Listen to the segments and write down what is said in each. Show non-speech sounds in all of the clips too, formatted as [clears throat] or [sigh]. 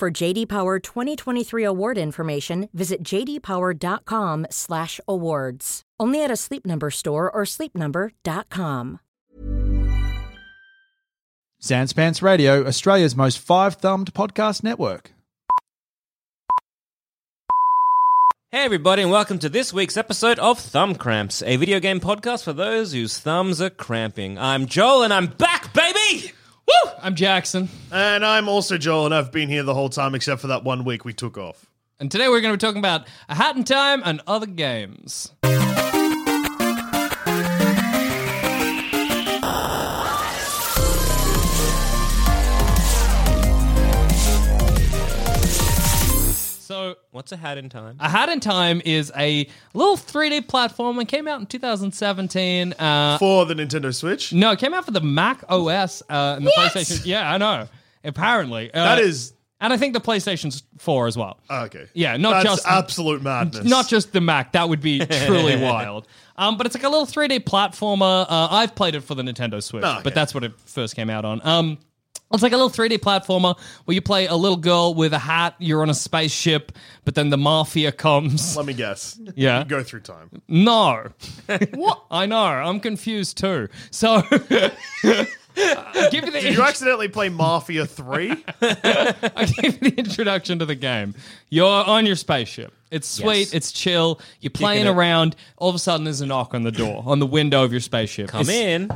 For JD Power 2023 award information, visit jdpower.com/awards. Only at a Sleep Number store or sleepnumber.com. Sans Pants Radio, Australia's most five thumbed podcast network. Hey, everybody, and welcome to this week's episode of Thumb Cramps, a video game podcast for those whose thumbs are cramping. I'm Joel, and I'm back, baby! Woo! I'm Jackson, And I'm also Joel, and I've been here the whole time except for that one week we took off. and today we're going to be talking about A Hat in Time and other games. So, What's a hat in time? A Hat in Time is a little 3D platform and came out in 2017. Uh, For the Nintendo Switch. no, it came out for the Mac OS uh, and the PlayStation. Yeah, I know. Apparently, uh, That is- and I think the PlayStation 4 as well. Ah, okay. Yeah, not That's just- absolute madness. Not just the Mac. That would be [laughs] truly wild. Um, but it's like a little 3D platformer. Uh, I've played it for the Nintendo Switch, Oh, okay. but that's what it first came out on. Um, it's like a little 3D platformer where you play a little girl with a hat. You're on a spaceship, but then the mafia comes. Let me guess. Yeah. Go [laughs] through time. [laughs] No. what? I know. I'm confused too. So. [laughs] Give you the Did you accidentally play Mafia [laughs] 3? I gave you the introduction to the game. You're on your spaceship. It's sweet. Yes. It's chill. You're playing it. around. All of a sudden, there's a knock on the door, on the window of your spaceship. Come it's, in.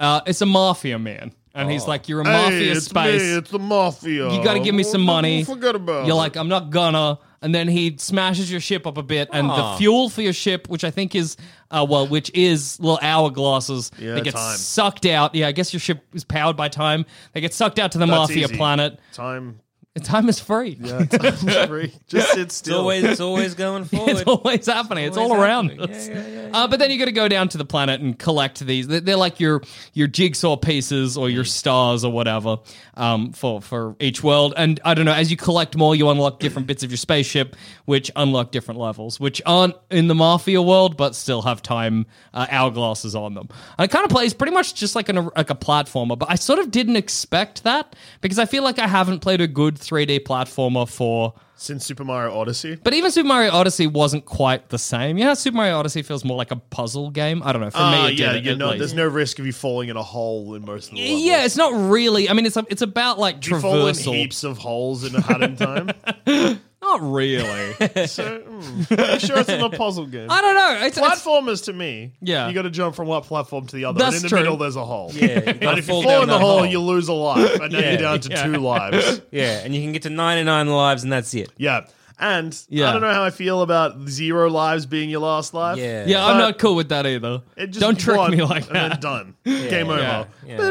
Uh, it's a mafia man, and Oh. he's like, "You're a hey, mafia it's space. me. It's the Mafia. you got to give me some money." Forget about You're it. like, "I'm not gonna." And then he smashes your ship up a bit, and Ah. the fuel for your ship, which I think is, uh, well, which is little hourglasses Yeah, that gets time. sucked out. Yeah, I guess your ship is powered by time. They get sucked out to the That's mafia easy. planet. [laughs] Time. Time is free. Yeah, time's free. Just sit It's still. always, it's always going forward. It's always happening. It's, always all around happening. us. Yeah, yeah, Uh, but then you got to go down to the planet and collect these. They- They're like your your jigsaw pieces or Mm. your stars or whatever um, for for each world. And I don't know. As you collect more, you unlock different bits of your spaceship, which unlock different levels, which aren't in the mafia world, but still have time uh, hourglasses on them. And it kind of plays pretty much just like an like a platformer. But I sort of didn't expect that because I feel like I haven't played a good 3D platformer for. Since Super Mario Odyssey. But even Super Mario Odyssey wasn't quite the same. You know, Super Mario Odyssey feels more like a puzzle game. I don't know. For Ah, me, it yeah, did, you're at not, least. there's no risk of you falling in a hole in most of the levels. Yeah, it's not really. I mean, it's it's about like You fall in traversal. heaps of holes in a hat [laughs] in time. Not really. so, mm, are you sure it's not a puzzle game? [laughs] I don't know. It's, it's Platformers to me, Yeah. you got to jump from one platform to the other. That's and in the true. middle, there's a hole. you [laughs] and gotta if fall you fall down in the that hole, hole. you lose a life, and now Yeah. you're down to [laughs] two lives. yeah, and you can get to 99 lives, and that's it. Yeah, and Yeah. I don't know how I feel about zero lives being your last life. Yeah. yeah, I'm But- not cool with that either. it just Don't trick one, me like and then that. done. Game [laughs] over. Yeah. Yeah. I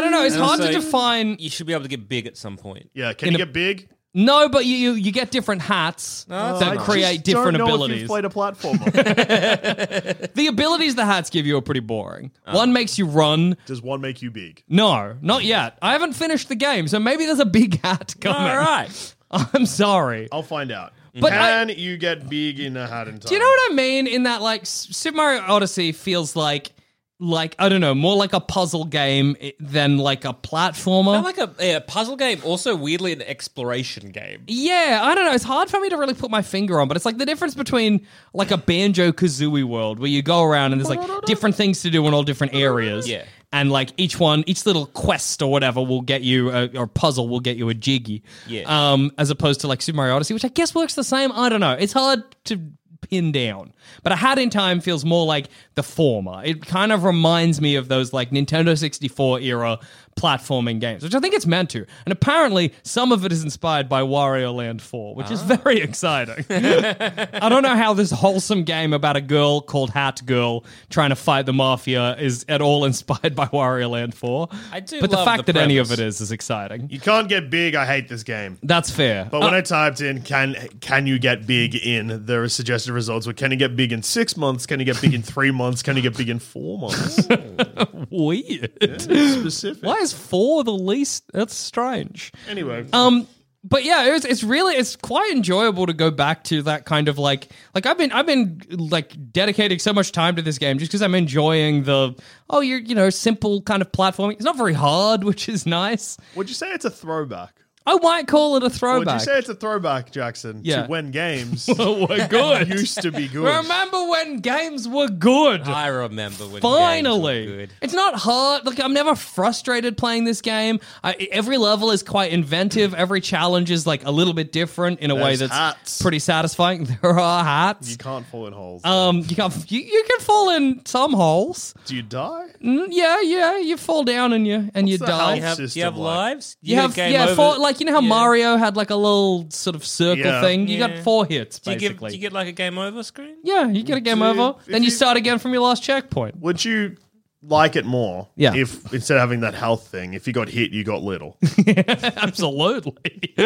don't know. It's And hard to also- define. You should be able to get big at some point. Yeah, can In you a- get big? No, but you you, you get different hats that's that nice. create Just different don't know If abilities. you've played a [laughs] platformer. the abilities the hats give you are pretty boring. Oh. One makes you run. Does one make you big? No, not yet. I haven't finished the game, so maybe there's a big hat coming. All right. [laughs] I'm Oh, sorry. I'll find out. But I- can you get big in a hat in time? Do you know what I mean? In that, like, S- Super Mario Odyssey feels like, like I don't know, more like a puzzle game i- than like a platformer. Not like a, a puzzle game, also weirdly an exploration game. yeah, I don't know. It's hard for me to really put my finger on, but it's like the difference between like a Banjo Kazooie world where you go around and there's like different things to do in all different areas. Yeah. And like each one, each little quest or whatever will get you, a, or puzzle will get you a jiggy. Yeah. Um, as opposed to like Super Mario Odyssey, which I guess works the same. I don't know. It's hard to pin down. But a hat in time feels more like the former. It kind of reminds me of those like Nintendo 64 era platforming games, which I think it's meant to. And apparently, some of it is inspired by Wario Land 4, which is very [laughs] exciting. I don't know how this wholesome game about a girl called Hat Girl trying to fight the mafia is at all [laughs] inspired by Wario Land 4. I do But the love fact the that any of it premise. is is exciting. You can't get big. I hate this game. That's fair. [laughs] But when I typed in can can you get big in the suggested results were can you get big in six months? Can you get big in three months? Can you get big in four [laughs] months? Weird. Specific. Why is 4 the least? That's strange. Anyway, Um, but yeah, it's it's really it's quite enjoyable to go back to that kind of like like I've been I've been like dedicating so much time to this game just because I'm enjoying the oh you're you know simple kind of platforming. It's not very hard, [laughs] which is nice. would you say it's a throwback? I might call it a Would you throwback. say it's a throwback, Jackson? Yeah. To [laughs] when games Oh, [laughs] we're good. [laughs] used to be good. Remember when games were good? I remember when games were Finally, good. it's not hard. Like I'm never frustrated playing this game. I, every level is quite inventive. Mm. Every challenge is like a little bit different in a way There's that's hats. pretty satisfying. [laughs] There are hats. You can't fall in holes. Um, you can you, you can fall in some holes. Do you die? Mm, yeah, yeah, you fall down and you and you the die. health You have, you System have like- lives? You get have game yeah, over- four, like you know how Yeah. Mario had like a little sort of circle Yeah. thing. You Yeah. got four hits Do you, give, basically. do you get like a game over screen? yeah, you get a game Do you- over. if Then you you- start again from your last [laughs] checkpoint. Would you like it more? Yeah. If instead of having that health thing, if you got hit, you got little. Absolutely. [laughs]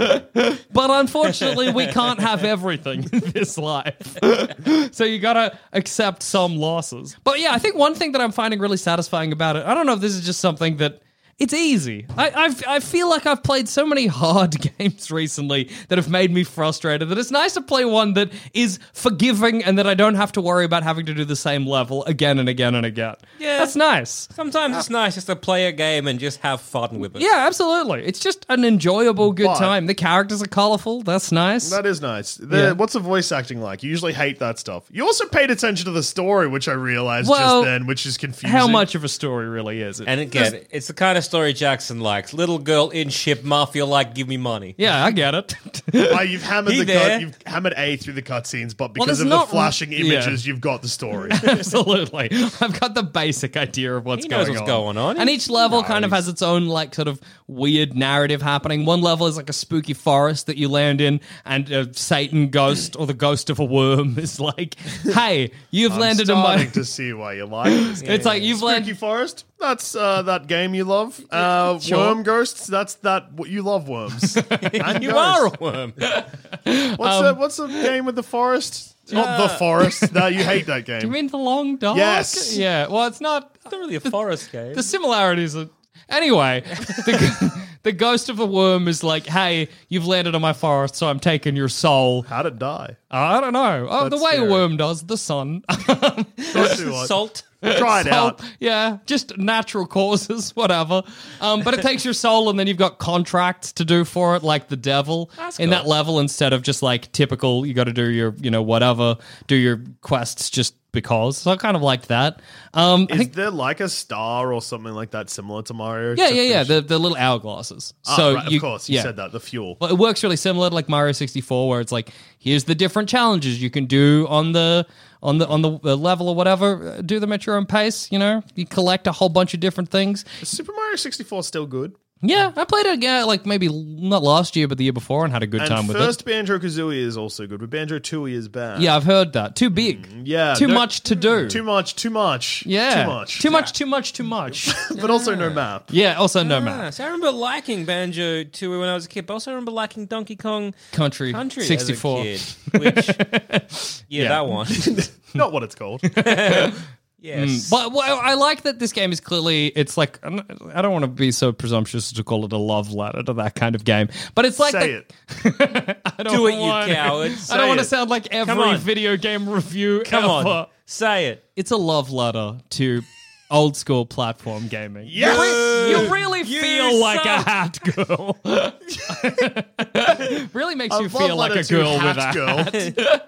but unfortunately, we can't have everything in this life. so you gotta accept some losses. But yeah, I think one thing that I'm finding really satisfying about it, I don't know if this is just something that it's easy. I I've, I feel like I've played so many hard [laughs] games recently that have made me frustrated that it's nice to play one that is forgiving and that I don't have to worry about having to do the same level again and again and again. Yeah. that's nice. Sometimes it's nice just to play a game and just have fun with it. Yeah, absolutely. It's just an enjoyable, good But- time. The characters are colorful. That's nice. that is nice. The, Yeah. What's the voice acting like? You usually hate that stuff. You also paid attention to the story, which I realized Well, just then, which is confusing. How much of a story really is it? And again, it's the kind of story Jackson likes. Little girl in ship, mafia like, give me money. yeah, I get [laughs] it. [laughs] Why you've hammered He the there. cut, you've hammered A through the cutscenes, but Well, because there's of not- the flashing yeah. images, you've got [laughs] the story. absolutely. I've got the basic idea of what's He going knows what's on. going on. And each level kind of has its own like sort of weird narrative happening. One level is like a spooky forest that you land in, and a Satan ghost or the ghost of a worm [laughs] is like, "Hey, you've I'm landed in starting my." to see why you like this [laughs] game. It's like you've Spooky landed. Forest. That's uh, that game you love. Uh, Sure. Worm ghosts. That's that. What you love [laughs] worms. [laughs] and You ghosts. are a worm. What's Um, the what's the game with the forest? Not uh, the forest. no, you [laughs] hate that game. You mean the long dark? Yes. Yeah. Well, it's not. It's not really a forest game. the similarities are anyway the, [laughs] the ghost of a worm is like hey you've landed on my forest so i'm taking your soul How'd it die? i don't know oh the That's way a scary. worm does the sun [laughs] Let's do it. Salt. Try it out. yeah just natural causes [laughs] whatever um, but it takes your soul and then you've got contracts to do for it like the devil in cool. that level instead of just like typical you got to do your you know whatever do your quests just because so i kind of liked that um, I Is think, there like a star or something like that similar to Mario? yeah except yeah yeah it's- the, the little hourglasses Ah, so right, you, of course you yeah. said that. The fuel. Well, it works really similar to like Mario 64 where it's like here's the different challenges you can do on the on the on the uh, level or whatever Uh, do them at your own pace you know you collect a whole bunch of different things Is Super Mario sixty four still good? yeah i played it again like maybe l- not last year but the year before and had a good time And with first Banjo Kazooie is also good, but Banjo Tooie is bad. it yeah i've heard that too big Mm, yeah. too no- much to do Too much. Too much. yeah Too much. too much too much too [laughs] much But also no map. yeah also no map Ah, so I remember liking Banjo Tooie when I was a kid, but I also remember liking Donkey Kong country, Country 64 as a kid. Which, yeah, that one. Not what it's [laughs] called. yes. But well, I like that this game is clearly it's like I don't want to be so presumptuous to call it a love letter to that kind of game, but it's like the- Say it. [laughs] I don't Do it, you want- cowards. [laughs] I don't Say want to it. sound like every on. video game review Come ever. on. Say it. It's a love letter to old school platform gaming. Yes. You really You feel like a suck. hat [laughs] girl. [laughs] really makes you Love feel like letter a to girl with a Hat hat. girl.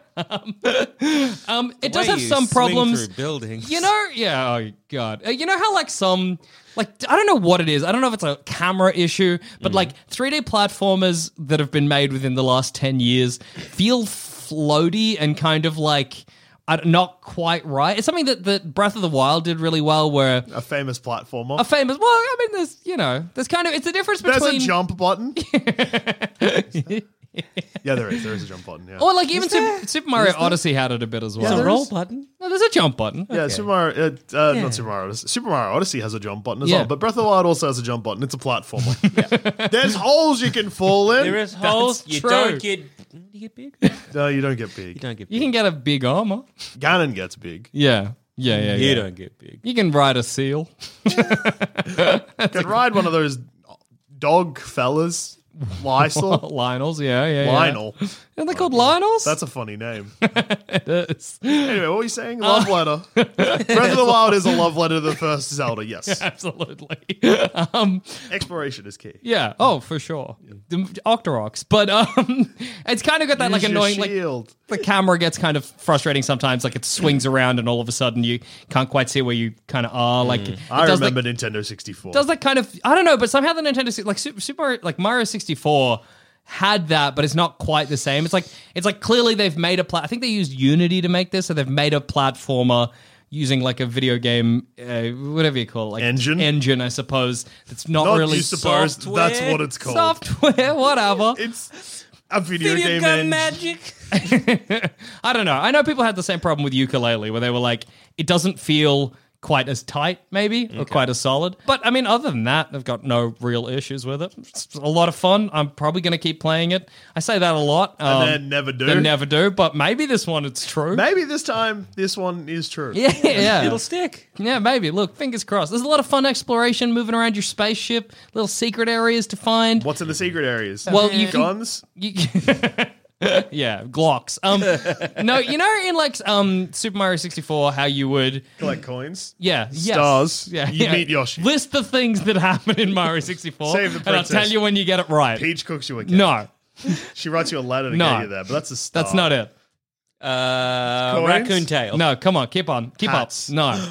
Um, it does Way have you some swing problems. Through buildings. You know, yeah, oh god. Uh, You know how like some like I don't know what it is. I don't know if it's a camera issue, but Mm. like 3D platformers that have been made within the last 10 years feel floaty and kind of like I d not quite right. It's something that, that Breath of the Wild did really well, where A famous platformer. a famous. Well, I mean, there's you know, there's kind of it's a difference There's between a [laughs] jump button. yeah, there is. There is a jump button. Yeah. or like even Super, Super Mario Odyssey had it a bit as well. Is there a roll button? No, there's a jump button. yeah, Okay. Super Mario, uh, uh, not Super Mario Odyssey. Super Mario Odyssey has a jump button as Yeah. well, but Breath of the Wild also has a jump button. It's [laughs] a platformer. [laughs] There's holes you can fall in. There is holes. You true. don't get. Do you get big? You No, you don't get big. don't get You big. can get a big armor. Ganon [laughs] gets big. Yeah, yeah, yeah. You yeah. don't get big. You can ride a seal. You can ride one of those dog fellas, Lysol, Lionels, yeah, [laughs] yeah. yeah. Lionel. Are they called Lionels? That's a funny name. [laughs] That's [laughs] Anyway, what were you saying? Love Uh, [laughs] letter. Breath of the Wild is a love letter to the first Zelda. Yes, absolutely. Um, exploration is key. yeah. Oh, for sure. The Octorox, but um, [laughs] it's kind of got that like Use your annoying like shield. the camera gets kind of frustrating sometimes. Like it swings around, and all of a sudden you can't quite see where you kind of are. Like it Mm. I does the- remember Nintendo 64. does that kind of I don't know, but somehow the Nintendo si- like Super, Super Mario, like Mario 64 had that, but it's not quite the same. It's like it's like clearly they've made a plat. I think they used Unity to make this, so they've made a platformer using like a video game, uh, whatever you call it, like Engine? Engine, I suppose. That's not, Not really you suppose software. that's what it's called. [laughs] software, whatever. It's a video, Video game. gun engine. [laughs] magic. I don't know. I know people had the same problem with ukulele where they were like, it doesn't feel quite as tight, maybe, or quite as solid. But I mean, other than that, they've got no real issues with it. It's a lot of fun. I'm probably going to keep playing it. I say that a lot. Um, then never do. They never do. But maybe this one, it's true. Maybe this time, this one is true. [laughs] Yeah, yeah, It'll stick. yeah. Maybe. Look, fingers crossed. There's a lot of fun exploration, moving around your spaceship, little secret areas to find. What's in the secret areas? Well, you can- guns. You- [laughs] yeah, Glocks. Um, no, you know, in like um, Super Mario 64, how you would Collect coins. Yeah. yes. Stars. You meet Yoshi. List the things that happen in [laughs] Mario 64. Save the And I'll princess. tell you when you get it right. Peach cooks you a cake. No, She writes you a letter to No. get you there, but that's a star. that's not it. Uh, Coins? raccoon tail. No, come on, keep on, keep Hats. up. No,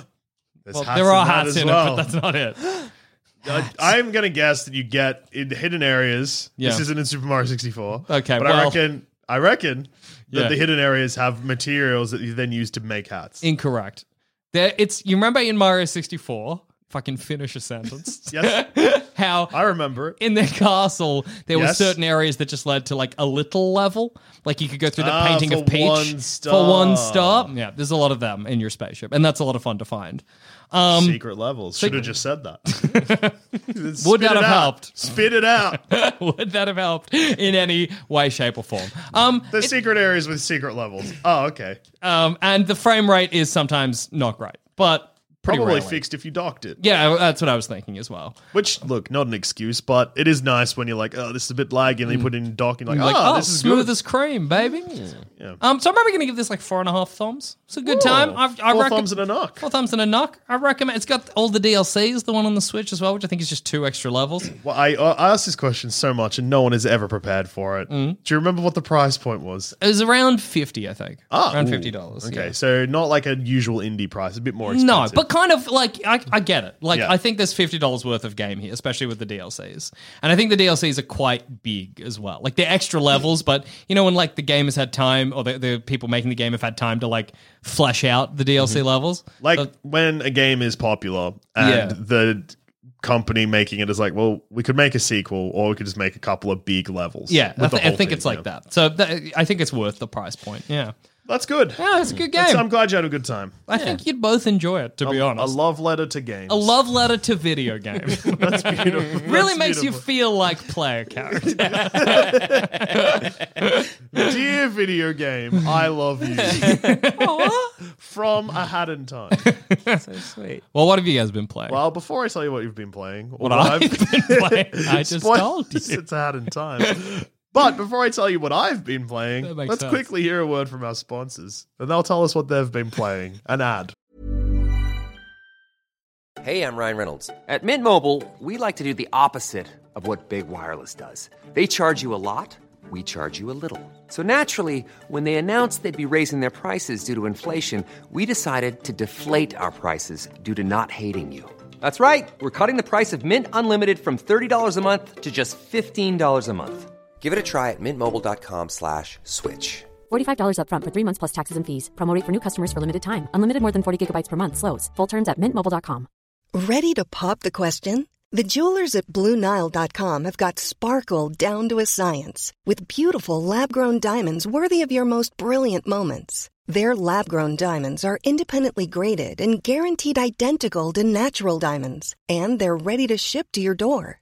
[gasps] There's well, hats there are in that hats as in well. it, but that's not it. I, I'm going to guess that you get in hidden areas. Yeah. This isn't in Super Mario 64. Okay, But I well- reckon, I reckon that Yeah. the hidden areas have materials that you then use to make hats. Incorrect. There, it's you remember in Mario 64. If I can finish a [laughs] sentence, yes, how I remember it. in their castle there were Yes. certain areas that just led to like a little level like you could go through the Ah, painting for of peach one star. for one star yeah there's a lot of them in your spaceship and that's a lot of fun to find [laughs] um Secret levels. Should have just said that. Would Spit that it have out. helped? [laughs] Spit it out. Would that have helped in any way, shape, or form? Um, The secret areas with [laughs] secret levels. Oh, okay. um, and the frame rate is sometimes not great, but pretty Probably rarely. fixed if you docked it. Yeah, that's what I was thinking as well. Which, look, not an excuse, but it is nice when you're like, oh, this is a bit laggy, and then you put it in dock, and you're like, Like, oh, Mm. oh, this is smooth good. as cream, baby. Yeah. Um, so I'm probably gonna give this like four and a half thumbs. It's a good time. I've, I Four reckon- thumbs and a knock. Four thumbs and a knock. I recommend. It's got all the DLCs, the one on the Switch as well, which I think is just two extra [clears throat] levels. Well, I, I asked this question so much, and no one is ever prepared for it. Mm. Do you remember what the price point was? It was around fifty, I think. Ah, around ooh. fifty dollars. Okay, so not like a usual indie price, a bit more No, expensive. but kind of like I, I get it. Like Yeah. I think there's fifty dollars worth of game here, especially with the DLCs, and I think the DLCs are quite big as well. Like they're extra Mm. levels, but you know when like the game has had time, or the, the people making the game have had time to like flesh out the DLC levels. Mm-hmm. like So- when a game is popular and Yeah. the company making it is like, well, we could make a sequel, or we could just make a couple of big levels. yeah, I, with the thi- I whole think thing, it's like yeah. that. So th- I think it's worth the price point. Yeah, That's good. yeah, it's a good game. That's- I'm glad you had a good time. I think you'd both enjoy it. To be honest, A love letter to games. a love letter to video [laughs] game. That's [laughs] beautiful. really makes you feel like player character. [laughs] [laughs] Dear video game, I [laughs] love you. From a Haddon time. So sweet. well, what have you guys been playing? Well, before I tell you what you've been playing, or what I've [laughs] been playing. I just Spoilers, told you. [laughs] [laughs] It's out in time. But before I tell you what I've been playing, That makes let's sense. quickly hear a word from our sponsors, and they'll tell us what they've been playing. An ad. Hey, I'm Ryan Reynolds. At Mint Mobile, we like to do the opposite of what Big Wireless does. They charge you a lot, we charge you a little. So naturally, when they announced they'd be raising their prices due to inflation, we decided to deflate our prices due to not hating you. That's right. We're cutting the price of Mint Unlimited from $30 a month to just $15 a month. Give it a try at mintmobile.com slash switch. $45 upfront for three months plus taxes and fees. Promo rate for new customers for limited time. Unlimited more than 40 gigabytes per month. Slows. Full terms at mintmobile.com. Ready to pop the question? The jewelers at BlueNile.com have got sparkle down to a science with beautiful lab grown diamonds worthy of your most brilliant moments. Their lab grown diamonds are independently graded and guaranteed identical to natural diamonds, and they're ready to ship to your door.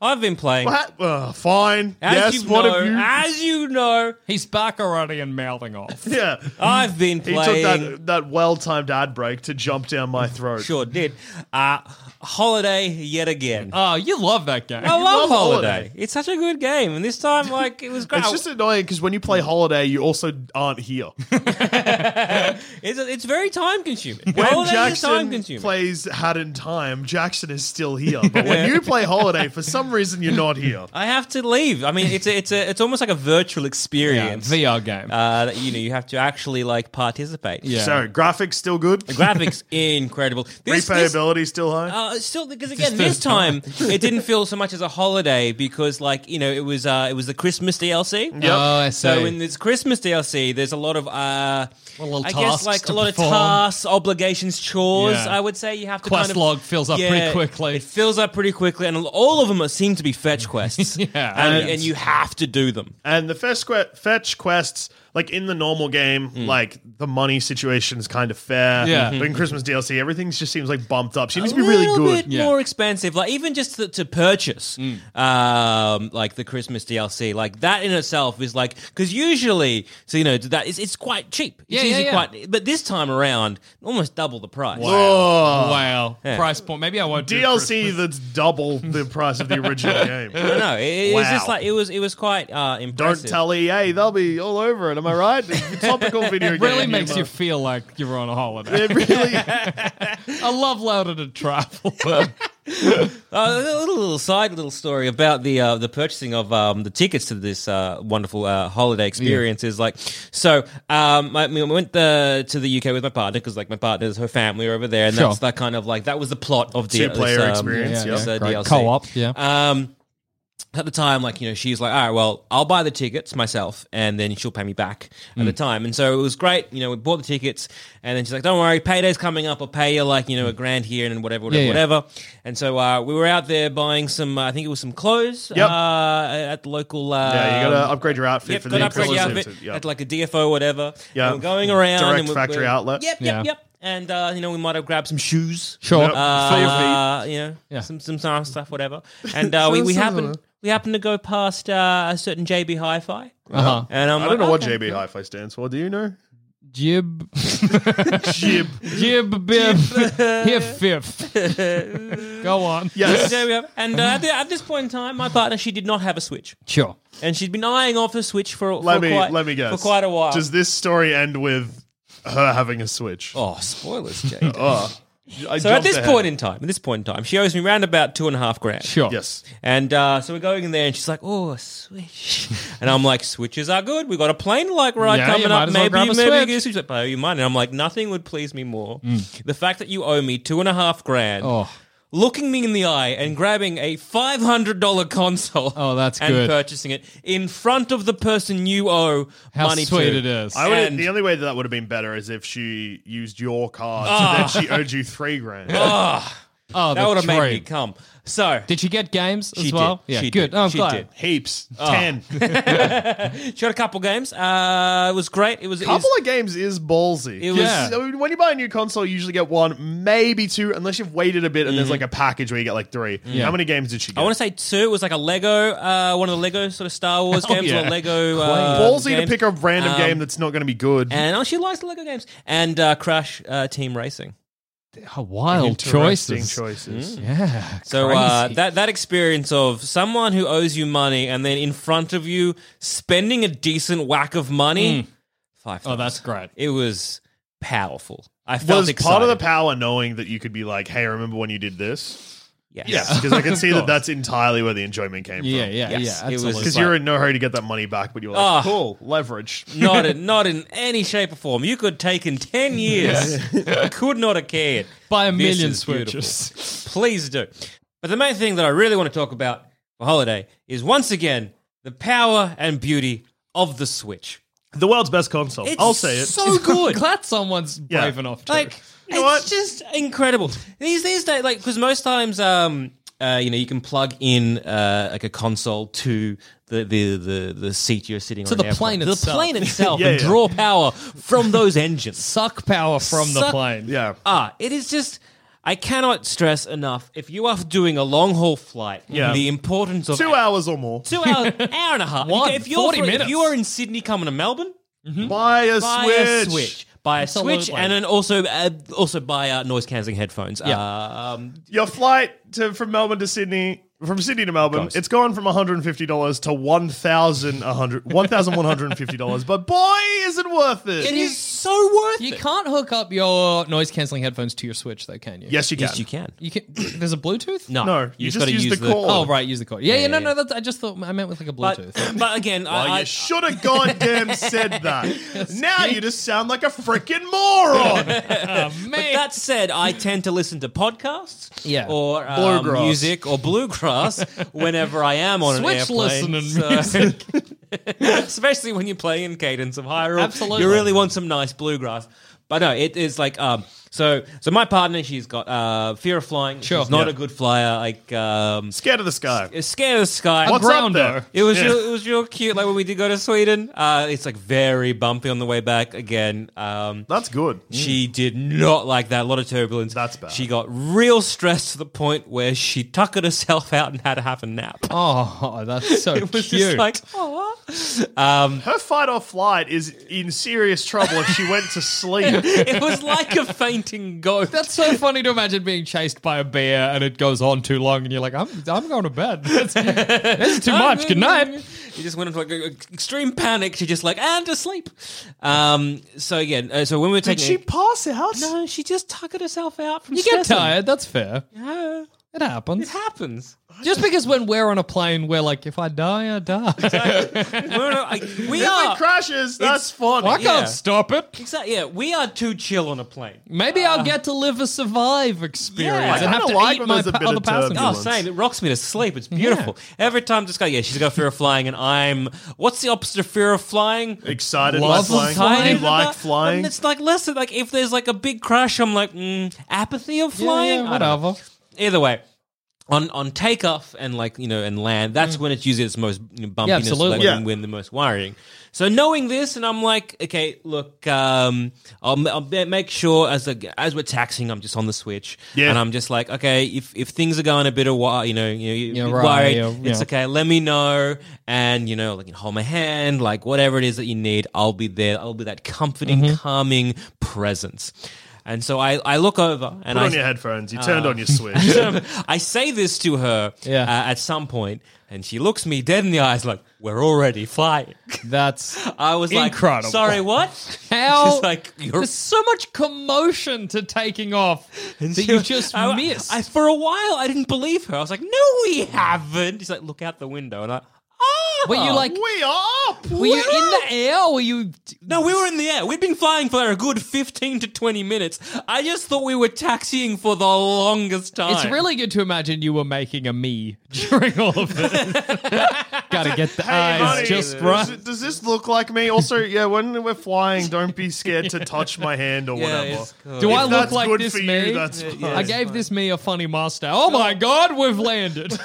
I've been playing. What? Uh, fine. As yes, you what know, have you? as you know, He's back already and mouthing off. yeah. I've been He playing. took that, that well timed ad break to jump down my throat. Sure did. Uh, holiday yet [laughs] again. Oh, you love that game. I love, love holiday. Holiday. It's such a good game, and this time, like, it was great. [laughs] It's just annoying because when you play holiday, you also aren't here. it's, it's very time consuming. When holiday is time Jackson consuming. plays Had in Time, Jackson is still here. But when you play holiday, for some reason, you're not here. I have to leave. I mean, it's a, it's a, it's almost like a virtual yeah, experience. VR game. uh, that, you know, you have to actually like participate. Yeah. [laughs] So graphics still good, The graphics [laughs] incredible. This, this- replayability still high. uh, still, because again, this time it didn't feel so much as a holiday because, like you know, it was uh, it was the Christmas DLC. yep. Oh, I see. So in this Christmas DLC, there's a lot of uh, Little I tasks guess like to a lot perform. of tasks, obligations, chores. Yeah. I would say you have to Quest kind of, log fills up pretty quickly. It fills up pretty quickly, and all of them are- seem to be [laughs] fetch quests. Yeah. and, and you have to do them. And the fetch, que- fetch quests, like in the normal game, Hmm. like the money situation is kind of fair. Yeah. But in Christmas DLC, everything just seems like bumped up. Seems a to be really little good. Mm. bit Yeah. more expensive. Like even just to, to purchase, um, like the Christmas DLC, like that in itself is like because usually, so you know, that it's, it's quite cheap. It's Yeah, yeah, usually yeah. quite, but this time around, almost double the price. Oh. wow. Price point. Maybe I won't do DLC that's double the price of the [laughs] original game. No, it, it was Wow. just like it was. It was quite uh, Don't impressive. tell EA, they'll be all over it. Am [laughs] I right? Topical video game. Christmas. Really makes humor. you feel like you're on a holiday. [laughs] It [laughs] really. I love louder to travel. [laughs] Uh, a little, little side little story about the uh, the purchasing of um, the tickets to this uh, wonderful uh, holiday experience is like so. Um, I, mean, I went the, to the UK with my partner because like my partner's her family are over there, and Sure. that's that kind of like that was the plot of the Two-player this, um, experience, this, yeah. uh, Great. DLC. Co-op, yeah. Um, at the time, like, you know, she's like, all right, well, I'll buy the tickets myself and then she'll pay me back at Mm. the time. And so it was great. You know, we bought the tickets and then she's like, don't worry, payday's coming up. I'll pay you like, you know, a grand here and whatever, whatever, Yeah, yeah. whatever. And so uh, we were out there buying some, uh, I think it was some clothes Yep. uh, at the local. Uh, Yeah, you gotta upgrade your outfit Yep, for got the up for the Christmas outfit season. Yeah. at like a DFO, whatever. Yeah. And we're going around. Direct and we're, factory we're- outlet. Yep, yep, Yeah. yep. And, uh, you know, we might have grabbed some shoes Sure. Yep. For your feet. uh, you know, Yeah. some some sound stuff, whatever. And uh, we we happen we happen to go past uh, a certain JB Hi-Fi, Uh-huh. and I'm I don't know like, what okay. JB Hi-Fi stands for. Do you [laughs] know? Jib. Jib bib. Hiff fifth. Go on. Yes. There we go. And uh, at, the, at this point in time, my partner she did not have a Switch, Sure. and she'd been eyeing off a Switch for, for let me quite, let me guess. for quite a while. Does this story end with her having a switch? oh, spoilers, Jay. [laughs] Oh. I so at jumped this ahead. point in time, at this point in time, she owes me round about two and a half grand. Sure. yes, And uh, so we're going in there, and she's like, "Oh, a switch," [laughs] and I'm like, "Switches are good. We got a plane like ride Yeah, you coming might up. as well Maybe, grab a maybe you Switch." get a switch. She's like, "Oh, you might." And I'm like, "Nothing would please me more. The fact that you owe me two and a half grand, Mm. Oh. looking me in the eye, and grabbing a five hundred dollar console. Oh, that's and good. purchasing it in front of the person you owe How money sweet to. it is. I would. And- The only way that, that Oh. [laughs] would have been better is if she used your card, so then she owed you three grand. Oh, that would have made me Detroit. come. So Did she get games as She well? did. Yeah, She good. did. Oh, I'm She glad. did. Heaps. Oh. [laughs] Ten. she had a couple games. Uh, it was great. It was it was- couple of games is ballsy. It was- Yeah. I mean, when you buy a new console, you usually get one, maybe two, unless you've waited a bit and there's like a package where you get like three. How many games did she get? Mm-hmm. Mm. I want to say two. It was like a Lego, uh, one of the Lego sort of Star Wars [laughs] Oh, games, or yeah. a Lego. Uh, ballsy to game. pick a random Um, game that's not going to be good. And oh, she likes the Lego games and uh, Crash uh, Team Racing. Oh, wild Interesting choices. choices. Mm. Yeah. So uh, crazy. that that experience of someone who owes you money and then in front of you spending a decent whack of money, five. Oh, times. that's great. It was powerful. I felt Was excited. part of the power knowing that you could be like, hey, remember when you did this? Yes. Yes, because [laughs] I can see that course. that's entirely where the enjoyment came Yeah, from. Yes, yeah, yeah. it was- Absolutely. Because you're in no hurry to get that money back, but you're Ah. like, cool, leverage. not in not in any shape or form. You could take in ten years. could not have cared. Buy a This million is beautiful. switches. Please do. But the main thing that I really want to talk about for holiday is once again the power and beauty of the Switch. The world's best console. It's I'll say it. So [laughs] good. glad someone's Yeah. brave enough to. Like know it's what? just incredible. These these days, like because most times, um, uh, you know, you can plug in uh, like a console to the the the, the seat you're sitting To on. the an airplane. plane to the itself. plane itself, [laughs] Yeah, and yeah. draw power from those engines. suck power from the Suck- plane. Yeah. [laughs] Ah, it is just. I cannot stress enough if you are doing a long haul flight, Yeah. the importance of Two hours or more. two [laughs] hours, hour and a half. One, if you're 40 fr- if minutes. you are in Sydney coming to Melbourne, Buy a Mm-hmm. buy Switch. a Switch, buy a Switch, Absolutely. and then also uh, also buy uh, noise cancelling headphones. Yeah. Um, Your flight to from Melbourne to Sydney, from Sydney to Melbourne, it's gone from $150 to $1,100 $1,150. but boy, is it worth it. it is so worth You it. can't hook up your noise canceling headphones to your Switch, though, can you? Yes, you can. Yes, you can. You can. There's a Bluetooth. No, No, you you, just got to use use, the the, cord. Oh right, use the cord. Yeah, yeah, no, yeah. no. That's, I just thought I meant with like a Bluetooth. But, but again, I, Well, I, you should have goddamn said that. Now you just sound like a freaking moron. Man. That said, I tend to listen to podcasts, Yeah. or um, Bluegrass. music or [laughs] bluegrass whenever I am on an Switch airplane. listening [laughs] so- music. [laughs] especially when you're playing in cadence of higher. up, Absolutely. you really want some nice bluegrass. But no, it is like um. So so my partner, she's got uh fear of flying. Sure. she's not Yeah. a good flyer. Like um, Scared of the sky. is scared of the sky. What's up there? It was Yeah. real, it was real cute. Like when we did go to Sweden, uh, it's like very bumpy on the way back again. Um, That's good. she Mm. did not like that. A lot of turbulence. That's bad. She got real stressed to the point where she tuckered herself [laughs] out and had to have a nap. [laughs] oh, that's [laughs] so it was cute. just like, oh. Um, Her fight or flight is in serious trouble if she went to sleep. it was like a fainting [laughs] goat. that's so funny to imagine being chased by a bear and it goes on too long and you're like, I'm, I'm going to bed. [laughs] That's, [laughs] that's too much. Good night. He just went into like extreme panic. She just like and asleep. Um, so again, uh, so when we were Did taking, she pass out? no, she just tuckered herself out from You get stressing. tired. That's fair. Yeah, It happens. it happens. Just because when we're on a plane, we're like, if I die, I [laughs] die. [laughs] We're not, like, we If are it crashes, that's fun. I can't Yeah. stop it. exactly yeah. We are too chill on a plane. Maybe I'll get to live a survive experience Uh, Yeah. I and have kinda to like eat when my there's a pa- bit of other passengers. Oh, turbulence. same. It rocks me to sleep. It's beautiful. Every time this guy, yeah, she's got fear of flying, and I'm. What's the opposite of fear of flying? Excited Love by flying. flying. You like about- flying. And it's like less than- like if there's like a big crash, I'm like mm, apathy of flying. Yeah, yeah, I don't know. whatever. Either way. On, on takeoff and like you know and land, that's when it's usually its most you know, bumpiness, Mm. Yeah, absolutely. like, Yeah. when, when the most worrying. So knowing this, and I'm like, okay, look, um, I'll, I'll ma- make sure as the, as we're taxing, I'm just on the switch, Yeah. and I'm just like, okay, if, if things are going a bit of while, you know, you, you Yeah, you're right, worried, yeah, it's yeah. okay. Let me know, and you know, like you know, hold my hand, like whatever it is that you need, I'll be there. I'll be that comforting, Mm-hmm. calming presence. And so I, I look over and Put I, on your headphones. You turned on your switch. I say this to her Yeah. uh, at some point, and she looks me dead in the eyes, like we're already flying. That's I was Incredible. like, sorry, [laughs] what? How- She's like you're. [laughs] there's so much commotion to taking off that you just I, missed. I, "Ah!" for a while, I didn't believe her. I was like, no, we haven't. She's like, look out the window, and I. Were you like? We are up. Were you in the air? Or were you? No, we were in the air. We'd been flying for a good 15 to 20 minutes. I just thought we were taxiing for the longest time. It's really good to imagine you were making a me [laughs] during all of this. Gotta get the Hey, eyes buddy, just does- right. Does this look like me? Also, yeah, when we're flying, don't be scared to touch my [laughs] hand or whatever. it's cool. Do I If look that's like good this for you, me? that's Yeah, fine. I gave this me a funny mustache. Oh my god, we've landed.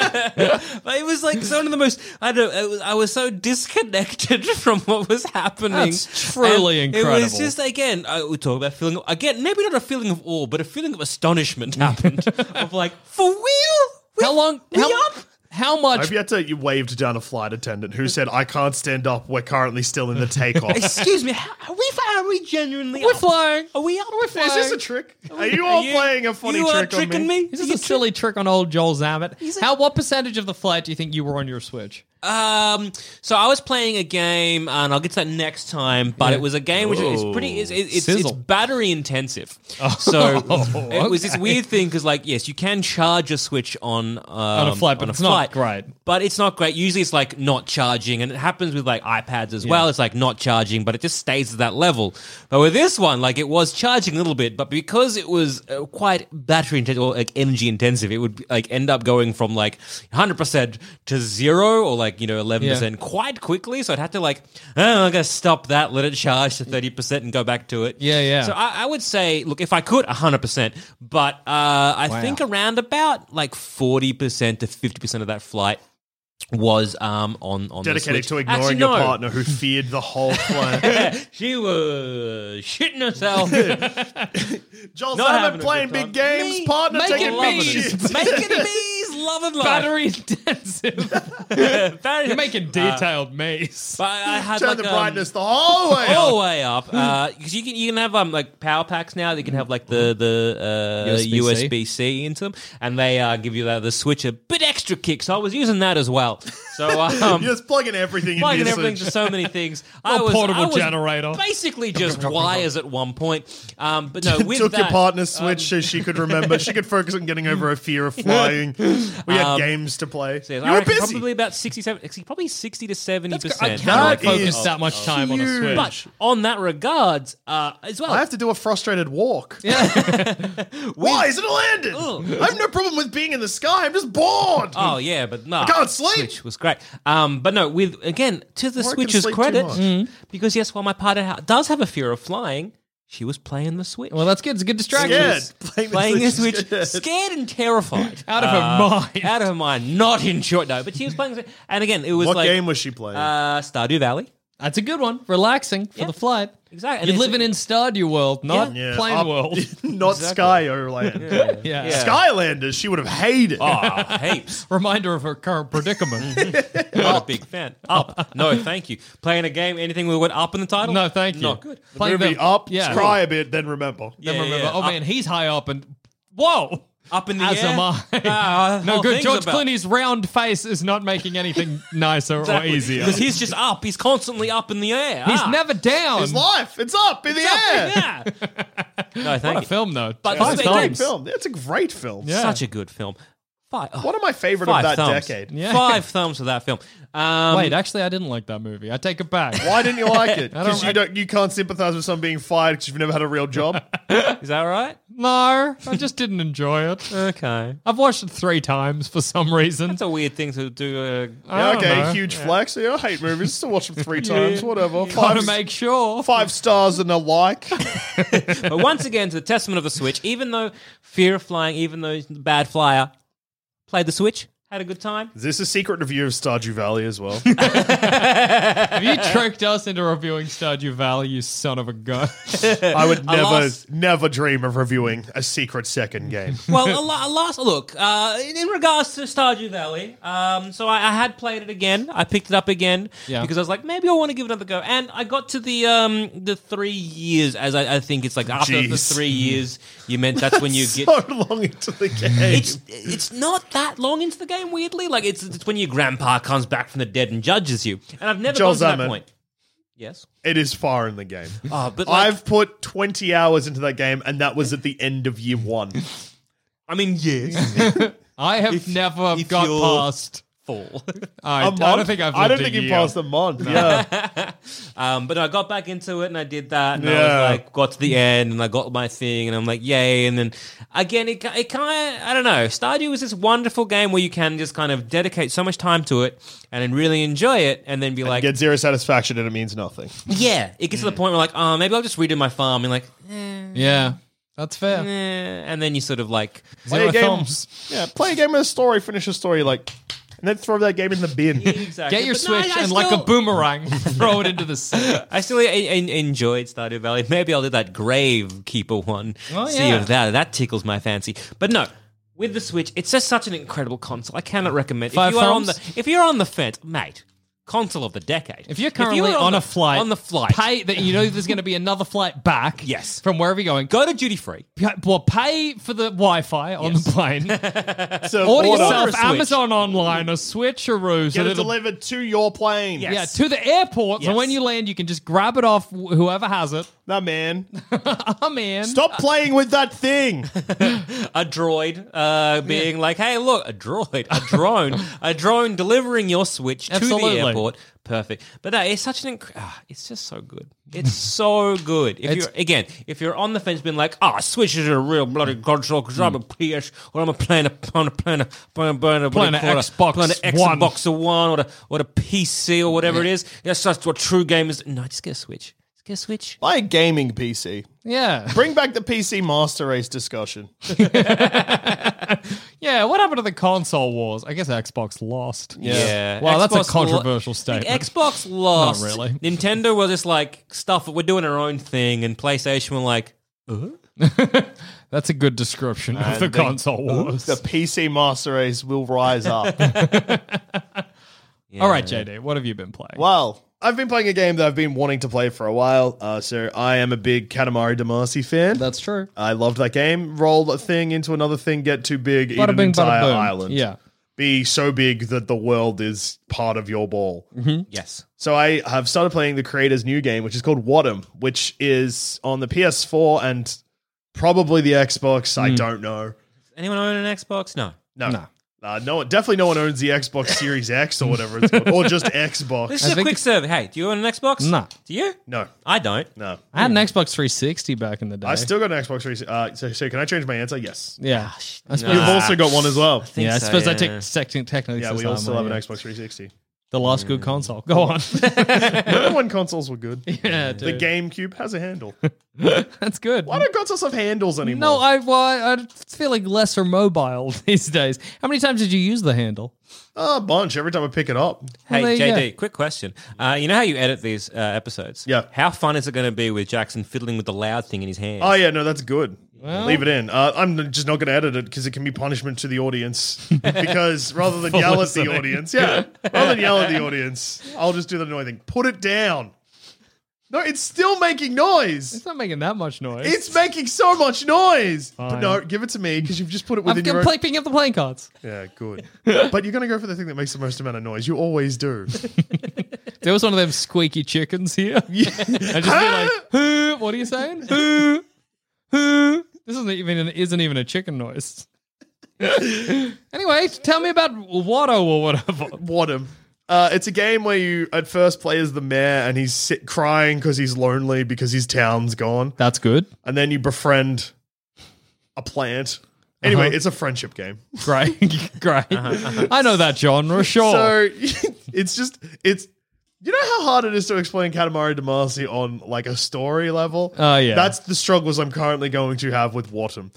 But it was like one of the most. I don't. It was, I was so disconnected [laughs] from what was happening. That's truly And It was incredible. just again. I, we talk about feeling again. Maybe not a feeling of awe, but a feeling of astonishment [laughs] happened. of like for real. We- How long? We how, up? how I hope much? you had to you waved down a flight attendant who said, "I can't stand up. We're currently [laughs] still in the takeoff." Is Excuse me. How, are we? Are we genuinely? We're up? flying. Are we up? We're flying. this [laughs] a trick? Are you all playing a funny you are trick tricking on me? This is a silly trick on old Joel Zammit. How? What percentage of the flight do you think you were on your Switch? Um, so I was playing a game, and I'll get to that next time. But it was a game which is pretty. It's, it's, it's, it's Sizzle. Oh. battery [laughs] intensive. So it was this weird thing because, like, yes, you can charge a Switch on um, on a flight, but a it's not flight, great. But it's not great. Usually, it's like not charging, and it happens with like iPads as well. It's like not charging, but it just stays at that level. But with this one, like, it was charging a little bit, but because it was uh, quite battery intensive or like energy intensive, it would like end up going from like 100 percent to zero or like you know 11 Yeah. percent quite quickly, so I'd have to like, oh, I'm gonna stop that, let it charge to thirty percent, and go back to it. Yeah, yeah. So I, I would say, look, if I could, hundred percent, but uh, I think around about like forty percent to fifty percent of that flight was um on on the Dedicated Switch. to ignoring Actually, your no. partner who feared [laughs] the whole flight. She was shitting [laughs] herself. Joel Not having a good Simon playing time. big games, Me- partner make taking it big [laughs] me. shits. Making bees, love and life. [laughs] Battery [laughs] intensive. Battery- [laughs] You're making detailed maze. Uh, But I had Turn like, the um, Oh. brightness the whole way up. all way up because you can you can have um like power packs now that can have like the the uh, USB-C. USB C into them and they uh, give you uh, the switch a bit extra kick. So I was using that as well. [laughs] So um, You're just plugging everything plugging in everything to so many [laughs] things. I Little was portable I was generator. basically just wires at one point. Um, but [laughs] no, with Took that, your um, partner's switch so she could remember. she could focus on getting over her fear [laughs] of flying. We had games to play. I You were reckon busy. probably about 67 actually, probably 60 to 70 I percent cannot That focus is that much time on a huge. Switch. but on that regards uh, as well I have to do a frustrated [laughs] walk. Why isn't it landed? I have no problem with being in the sky. I'm just bored. Oh yeah, but no. can't sleep. Switch was great. Um, but no, with again to the Or I can Switch's sleep too credit, mm, much. because yes, while my partner ha- does have a fear of flying, she was playing the Switch. well, that's good. It's a good distraction. Scared. playing the Switch, [laughs] scared. scared and terrified, Uh, Out of her mind. out of her mind, not in short no. But she was playing, the Switch. and again, it was What like game was she playing? uh, Stardew Valley. That's a good one. Relaxing for Yeah. the flight. Exactly. And You're it's- living in Stardew World, not Yeah, Plane up- [laughs] World. [laughs] Not Skyland. [laughs] Yeah. Yeah. Skylanders, she would have hated. Oh, [laughs] heaps. Reminder of her current predicament. Not a big fan. Up. No, thank you. Playing a game, anything with what up in the title? no, thank you. Not good. Play Movie the- up, Yeah. cry a bit, then remember. Then Yeah, remember, yeah. oh Up- man, he's high up and whoa. Up in the As air. am I. Ah, No whole good. thing's George about- Clooney's round face is not making anything nicer or easier. Because he's He's just up. He's constantly up in the air. Ah. never down. It's life. It's up in the [laughs] air. [laughs] Yeah. no, thank what a you. film though. But Five It's a great thumbs. film. It's a great film. Yeah. Such a good film. Five, oh, One of my favorite five of that thumbs. decade. Yeah. Five thumbs for that film. Um, Wait, actually, I didn't like that movie. I take it [laughs] back. Why didn't you like it? don't- Because you don't, you can't sympathize with someone being fired because you've never had a real job. is that right? No, I just didn't enjoy it. Okay. I've watched it three times for some reason. That's a weird thing to do. Uh, I don't okay, know. huge flex. Yeah, I hate movies. Still watch them three times. Whatever. Gotta Five, make sure. five stars and a like. [laughs] but once again, to the testament of the Switch, even though fear of flying, even though he's a bad flyer, played the Switch, had a good time. Is this a secret review of Stardew Valley as well? Have you tricked us into reviewing Stardew Valley, you son of a [laughs] gun? I would never, Alas. never dream of reviewing a secret second game. [laughs] Well, a, la- a last look uh, in, in regards to Stardew Valley. Um, so I, I had played it again. I picked it up again Yeah. because I was like, maybe I want to give it another go. And I got to the um, the three years, as I, I think it's like after the Jeez. three years, you meant that's when you get so long into the game. it's it's not that long into the game. Weirdly, like it's it's when your grandpa comes back from the dead and judges you. And I've never Joel gotten to Zaman. that point. Yes, It is far in the game. oh, but like, I've I've put 20 hours into that game, and that was at the end of year one. I mean, yes, I have never if got you're- past fall. I, A I don't month? think I've. Lived I don't a think he year. passed a month. [laughs] Yeah. Um, but I got back into it and I did that. And Yeah. I was like, got to the end and I got my thing and I'm like, yay. And then again, it, ki- it kind of, I don't know. Stardew is this wonderful game where you can just kind of dedicate so much time to it and then really enjoy it and then be like, Get zero satisfaction and it means nothing. yeah. It gets to the point where like, oh, maybe I'll just redo my farm and like, Yeah, that's fair. eh, and then you sort of like, Zero a game. thumbs. [laughs] Yeah, play a game with a story, finish a story, like, and then throw that game in [laughs] the bin. Exactly. Get your But no, I- switch I and like a still- boomerang, [laughs] throw it into the sea. I still en- en- enjoyed Stardew Valley. [laughs] Maybe I'll do that Grave Keeper one. Oh, See yeah. if that that tickles my fancy. But no, with the Switch, it's just such an incredible console. I cannot recommend. Five if you are on thumbs? the if you're on the fence, mate, console of the decade. If you're you currently are on, a the- flight, on the flight, pay that you know there's going to be another flight back. Yes. from wherever you're going. Go, go to duty free. well, pay for the Wi-Fi on the [laughs] plane. So Order order- yourself a Switch. Amazon online or switcheroo. So Get it that'll- delivered to your plane. Yeah, to the airport. So Yes. when you land, you can just grab it off wh- whoever has it. [laughs] Nah, man. I'm in. Stop playing with that thing. A droid uh, being like, hey, look, a droid, a drone, a drone delivering your Switch to Absolutely. the airport. Perfect. But no, it's such an inc- ah, it's just so good. [laughs] It's so good. If It's- you're again, if you're on the fence, being like, ah, Switch is a real bloody console because I'm a PS or I'm a playing a on a playing a playing a, playing a, Playing a Xbox playing One. Xbox One or the or the PC or whatever it is. That's just what true game is. No, just get a Switch. Just get a Switch. Buy a gaming PC. Yeah, Bring back the PC Master Race discussion. yeah. What happened to the console wars? I guess Xbox lost. Yeah. Wow, that's a Xbox lo- controversial I think statement. Xbox lost. Not really. Nintendo was just like, stuff it, we're doing our own thing. And PlayStation were like, [laughs] That's a good description of And the Uh, they- console wars. The PC Master Race will rise [laughs] up. All right, JD, what have you been playing? well, I've been playing a game that I've been wanting to play for a while. Uh, so I am a big Katamari Damacy fan. That's true. I loved that game. Roll a thing into another thing, get too big, eat Bada an bing, bada entire boom. island. Yeah. Be so big that the world is part of your ball. yes. So I have started playing the creator's new game, which is called Wadham, which is on the PS4 and probably the Xbox. I don't know. Anyone own an Xbox? No. No. No. Uh, no, definitely no one owns the Xbox Series X or whatever it's called, or just Xbox. This is a think- quick survey. Hey, do you own an Xbox? No. Do you? No, I don't. no. I had an Xbox 360 back in the day. Hmm. I still got an Xbox Series. Uh, so, so can I change my answer? Yes. Yeah. I suppose, You've also got one as well. think yeah, I so, suppose I yeah. take second technically. Yeah, says we all still I'm have a- an Xbox 360. The last Mm. good console. Go [laughs] on. Remember when consoles were good? [laughs] yeah, The dude. GameCube has a handle. That's good. Why don't consoles have handles anymore? no, I well, I, I feel like less are mobile [laughs] these days. How many times did you use the handle? a bunch every time I pick it up. Hey, Well, there you JD, quick question. Uh, you know how you edit these uh, episodes? Yeah. How fun is it going to be with Jackson fiddling with the loud thing in his hand? Oh yeah, no, that's good. Leave it in. Uh, I'm just not going to edit it because it can be punishment to the audience. [laughs] because [laughs] rather than yell at the audience, yeah, rather than yell at the audience, I'll just do the annoying thing. Put it down. No, it's still making noise. It's not making that much noise. It's making so much noise. But no, give it to me because you've just put it I'm within your. Own- play, picking up the playing [laughs] cards. yeah, good. but you're going to go for the thing that makes the most amount of noise. You always do. [laughs] There was one of them squeaky chickens [laughs] here. [laughs] Yeah. I just be like, "Who? What are you saying? [laughs] Who? Who? This isn't even an, isn't even a chicken [laughs] noise." anyway, tell me about Watto or whatever. Wadham. Uh, it's a game where you at first play as the mayor and he's sit- crying because he's lonely because his town's gone. That's good. and then you befriend a plant. Anyway, Uh-huh. it's a friendship game. [laughs] Great, [laughs] great. Uh-huh, I know that genre. Sure. So [laughs] it's just it's you know how hard it is to explain Katamari Damacy on like a story level. Oh, yeah. that's the struggles I'm currently going to have with Wattam.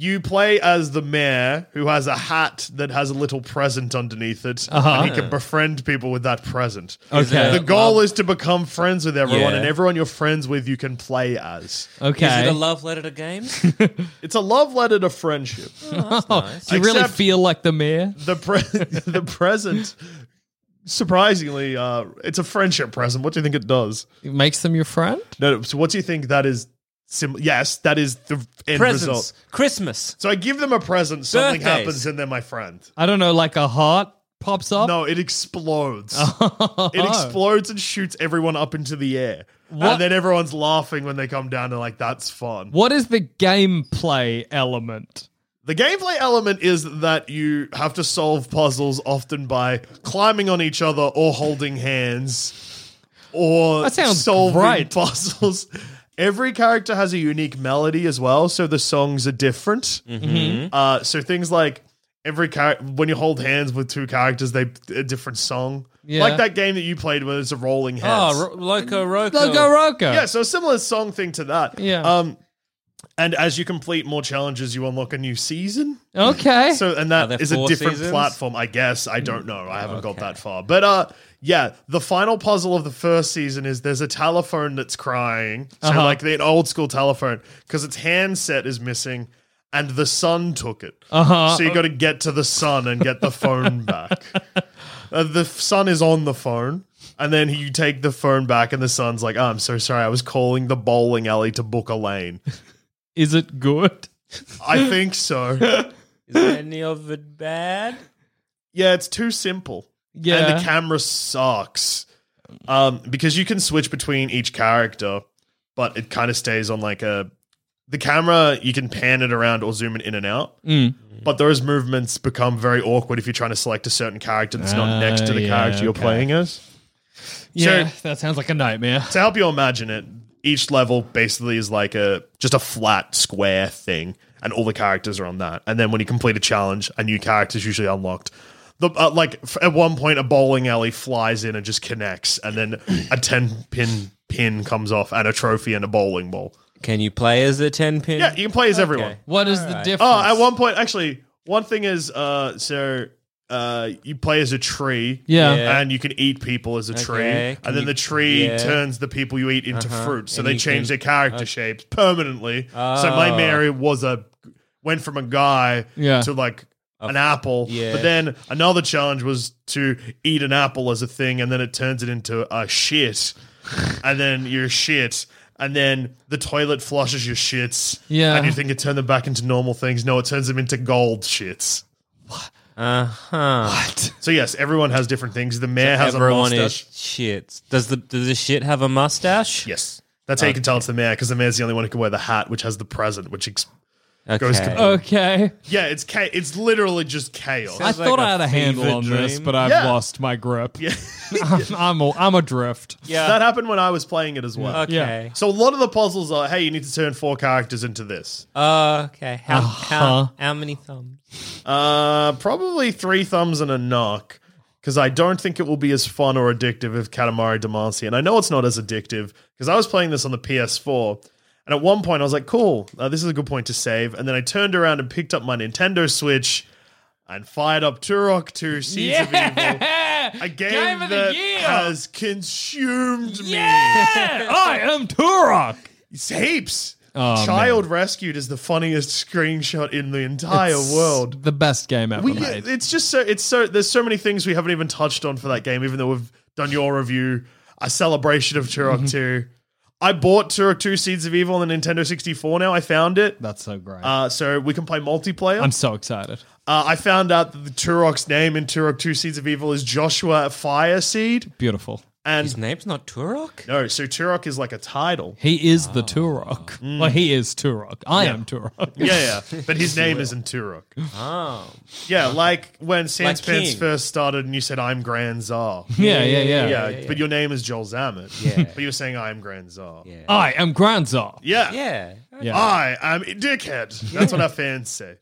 You play as the mayor who has a hat that has a little present underneath it, Uh-huh. and he can befriend people with that present. Okay. The goal is to become friends with everyone, Yeah. and everyone you're friends with, you can play as. okay. Is it a love letter to games? It's a love letter to friendship. Oh, Do you really Except- feel like the mayor? the pre- [laughs] the present surprisingly uh it's a friendship present what do you think it does It makes them your friend? no no, so what do you think that is sim- yes that is the end Presents. result Christmas. so i give them a present something Birthdays. happens and they're my friend I don't know, like a heart pops up? no it explodes Oh. it explodes and shoots everyone up into the air What? and then everyone's laughing when they come down and like that's fun What is the gameplay element? The gameplay element is that you have to solve puzzles often by climbing on each other or holding hands or That sounds solving great. puzzles. Every character has a unique melody as well, so the songs are different. Uh, so things like every character, when you hold hands with two characters, they a different song. Yeah. Ah, Like that game that you played where it's a rolling hands. Oh, Ro- Loco Roco. Loco Roco. Yeah, so a similar song thing to that. Yeah. Um, and as you complete more challenges, you unlock a new season. Okay. So, and Are there that is a four different seasons? platform, I guess. I don't know. I haven't got that far. But uh, yeah, the final puzzle of the first season is there's a telephone that's crying. So, Uh-huh. like the an old school telephone, because its handset is missing. And the sun took it. Uh-huh. So you got to get to the sun and get [laughs] the phone back. Uh, the f- son is on the phone, and then you take the phone back, and the son's like, oh, "I'm so sorry, I was calling the bowling alley to book a lane." is it good? I [laughs] think so. Is any of it bad? Yeah, it's too simple. Yeah. and the camera sucks um, because you can switch between each character, but it kind of stays on like a. The camera, you can pan it around or zoom it in and out, Mm. but those movements become very awkward if you're trying to select a certain character that's Ah, not next to the yeah, character you're okay. playing as. yeah, so- that sounds like a nightmare. to help you imagine it, each level basically is like a just a flat square thing, and all the characters are on that. And then when you complete a challenge, a new character is usually unlocked. The, uh, like f- at one point, a bowling alley flies in and just connects, and then a ten pin pin comes off, and a trophy and a bowling ball. Can you play as a ten pin? Yeah, you can play as everyone. What is the difference? Oh, at one point, actually, one thing is uh, so uh, you play as a tree, Yeah. Yeah. and you can eat people as a tree, Okay, and can then you- the tree yeah. Uh-huh. turns the people you eat into fruit, so and they you change can- their character shapes permanently. So my Oh. Mary was a went from a guy Yeah. to like. An apple, yeah. but then another challenge was to eat an apple as a thing, and then it turns it into a shit, and then your shit, and then the toilet flushes your shits, Yeah. and you think it turned them back into normal things. No, it turns them into gold shits. Uh huh. So yes, everyone has different things. The mayor has Everyone a is mustache. shit. Does the does the shit have a mustache? Yes, that's how you can tell it's the mayor because the mayor's the only one who can wear the hat, which has the present, which. Ex- Okay. Goes to- Okay. yeah, it's ca- it's literally just chaos. I Sounds thought like I a had a handle fever on this, dream. but I've Yeah. lost my grip. [laughs] I'm, I'm, a, I'm [laughs] adrift. yeah. That happened when I was playing it as well. uh, okay. So a lot of the puzzles are, hey, you need to turn four characters into this. Uh, okay. How, how how many thumbs? Uh, probably three thumbs and a knock. Because I don't think it will be as fun or addictive as Katamari Damacy. And I know it's not as addictive because I was playing this on the PS4. And at one point, I was like, cool, uh, this is a good point to save. And then I turned around and picked up my Nintendo Switch and fired up Turok 2 Seeds of Evil. A [laughs] game, Game of the that year! has consumed I am Turok. me. Heaps. Oh, Child Rescued is the funniest screenshot in the entire It's world. The best game ever We, made. it's just so it's so there's so many things we haven't even touched on for that game, even though we've done your review, a celebration of Turok 2. I bought Turok 2 Seeds of Evil on the Nintendo 64 now. I found it. That's so great. Uh, so we can play multiplayer. I'm so excited. uh, I found out that the Turok's name in Turok 2 Seeds of Evil is Joshua Fireseed. Beautiful. And His name's not Turok. no, so Turok is like a title. He is Ah. the Turok. [laughs] Mm. Well, he is Turok. I am Turok. [laughs] Yeah, yeah. But his name isn't Turok. Oh. Yeah, like when Sans Pants King. first started and you said, I'm Grand Tsar. Yeah, yeah, yeah. yeah, but your name is Joel Zammit. Yeah. But you were saying I am Grand Tsar. Yeah. I am Grand Tsar. Yeah. Yeah. Yeah. I am a dickhead. That's what our fans say.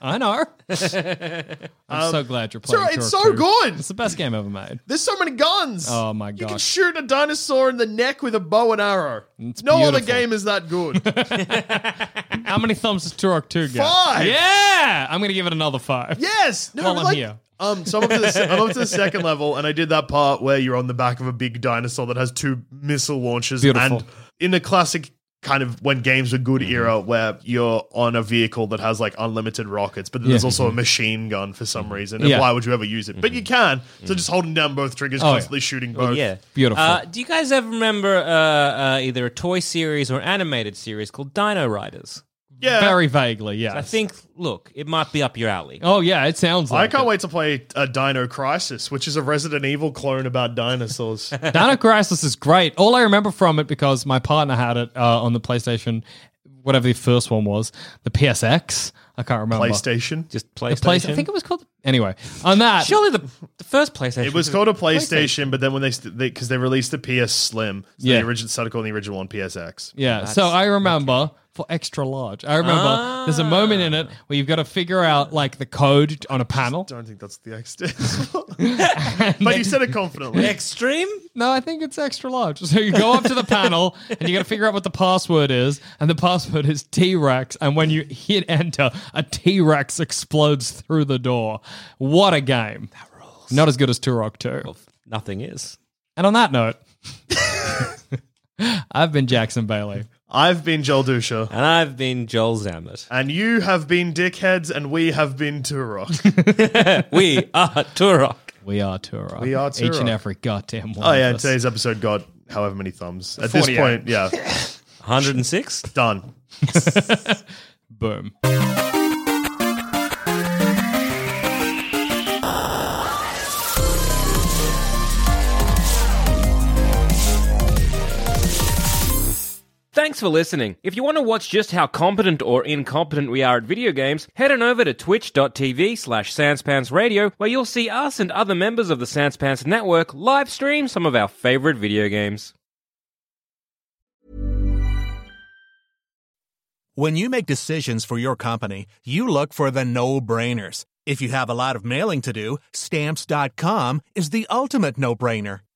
I [laughs] know. [laughs] I'm so glad you're So playing. Um, it's Turok so 2. good. It's the best game ever made. There's so many guns. Oh my You can gosh. shoot a dinosaur in the neck with a bow and arrow. no other beautiful. game is that good. How many thumbs does Turok 2 get? Five. Yeah! I'm going to give it another five. yes. No, While I'm like, here. Um, so I'm up, to the, se- I'm [laughs] up to the second level, and I did that part where you're on the back of a big dinosaur that has two missile launches. Beautiful. Mm-hmm. And in the classic kind of when games were good era, where you're on a vehicle that has like unlimited rockets, but then there's Yeah. Mm-hmm. also a machine gun for some reason. And Yeah. Mm-hmm. why would you ever use it? But you can. So just holding down both triggers, Oh, yeah. constantly shooting both. Yeah. Beautiful. Uh, do you guys ever remember uh, uh, either a toy series or an animated series called Dino Riders? Yeah. Very vaguely, yes. I think, look, it might be up your [laughs] alley. Oh, yeah, it sounds I like can't wait to play uh, Dino Crisis, which is a Resident Evil clone [laughs] about dinosaurs. [laughs] it. Dino Crisis is great. All I remember from it, because my partner had it uh, on the PlayStation whatever the first one was, the PSX. I can't remember. PlayStation. Just The PlayStation. place, I think it was called. Anyway, on that, Surely the, the first PlayStation. It was called [laughs] a PlayStation, but then when they because they, 'cause they released the PS Slim, so Yeah. they origin, started calling the original one PSX. Yeah, so I remember for extra large. I remember there's a moment in it where you've got to figure out like the code on a panel. I don't think that's the X. [laughs] but you said it confidently. Extreme? No, I think it's extra large. So you go up to the panel and you got to figure out what the password is, and the password is T Rex. And when you hit enter, a T Rex explodes through the door. What a game! Not as good as Turok Two. Nothing is. And on that note, [laughs] I've been Jackson Bailey. I've been Joel Dusha. And I've been Joel Zammett. And you have been dickheads, and we have [laughs] been Turok. We are Turok. We are Turok. We are Each and Turok. every goddamn one. oh of yeah, us. today's episode got however many thumbs. At this 48. point, yeah, 106? done. boom. Thanks for listening. If you want to watch just how competent or incompetent we are at video games, head on over to twitch.tv slash sanspantsradio where you'll see us and other members of the Sanspants Network live stream some of our favorite video games. When you make decisions for your company, you look for the no brainers. If you have a lot of mailing to do, stamps.com is the ultimate no brainer.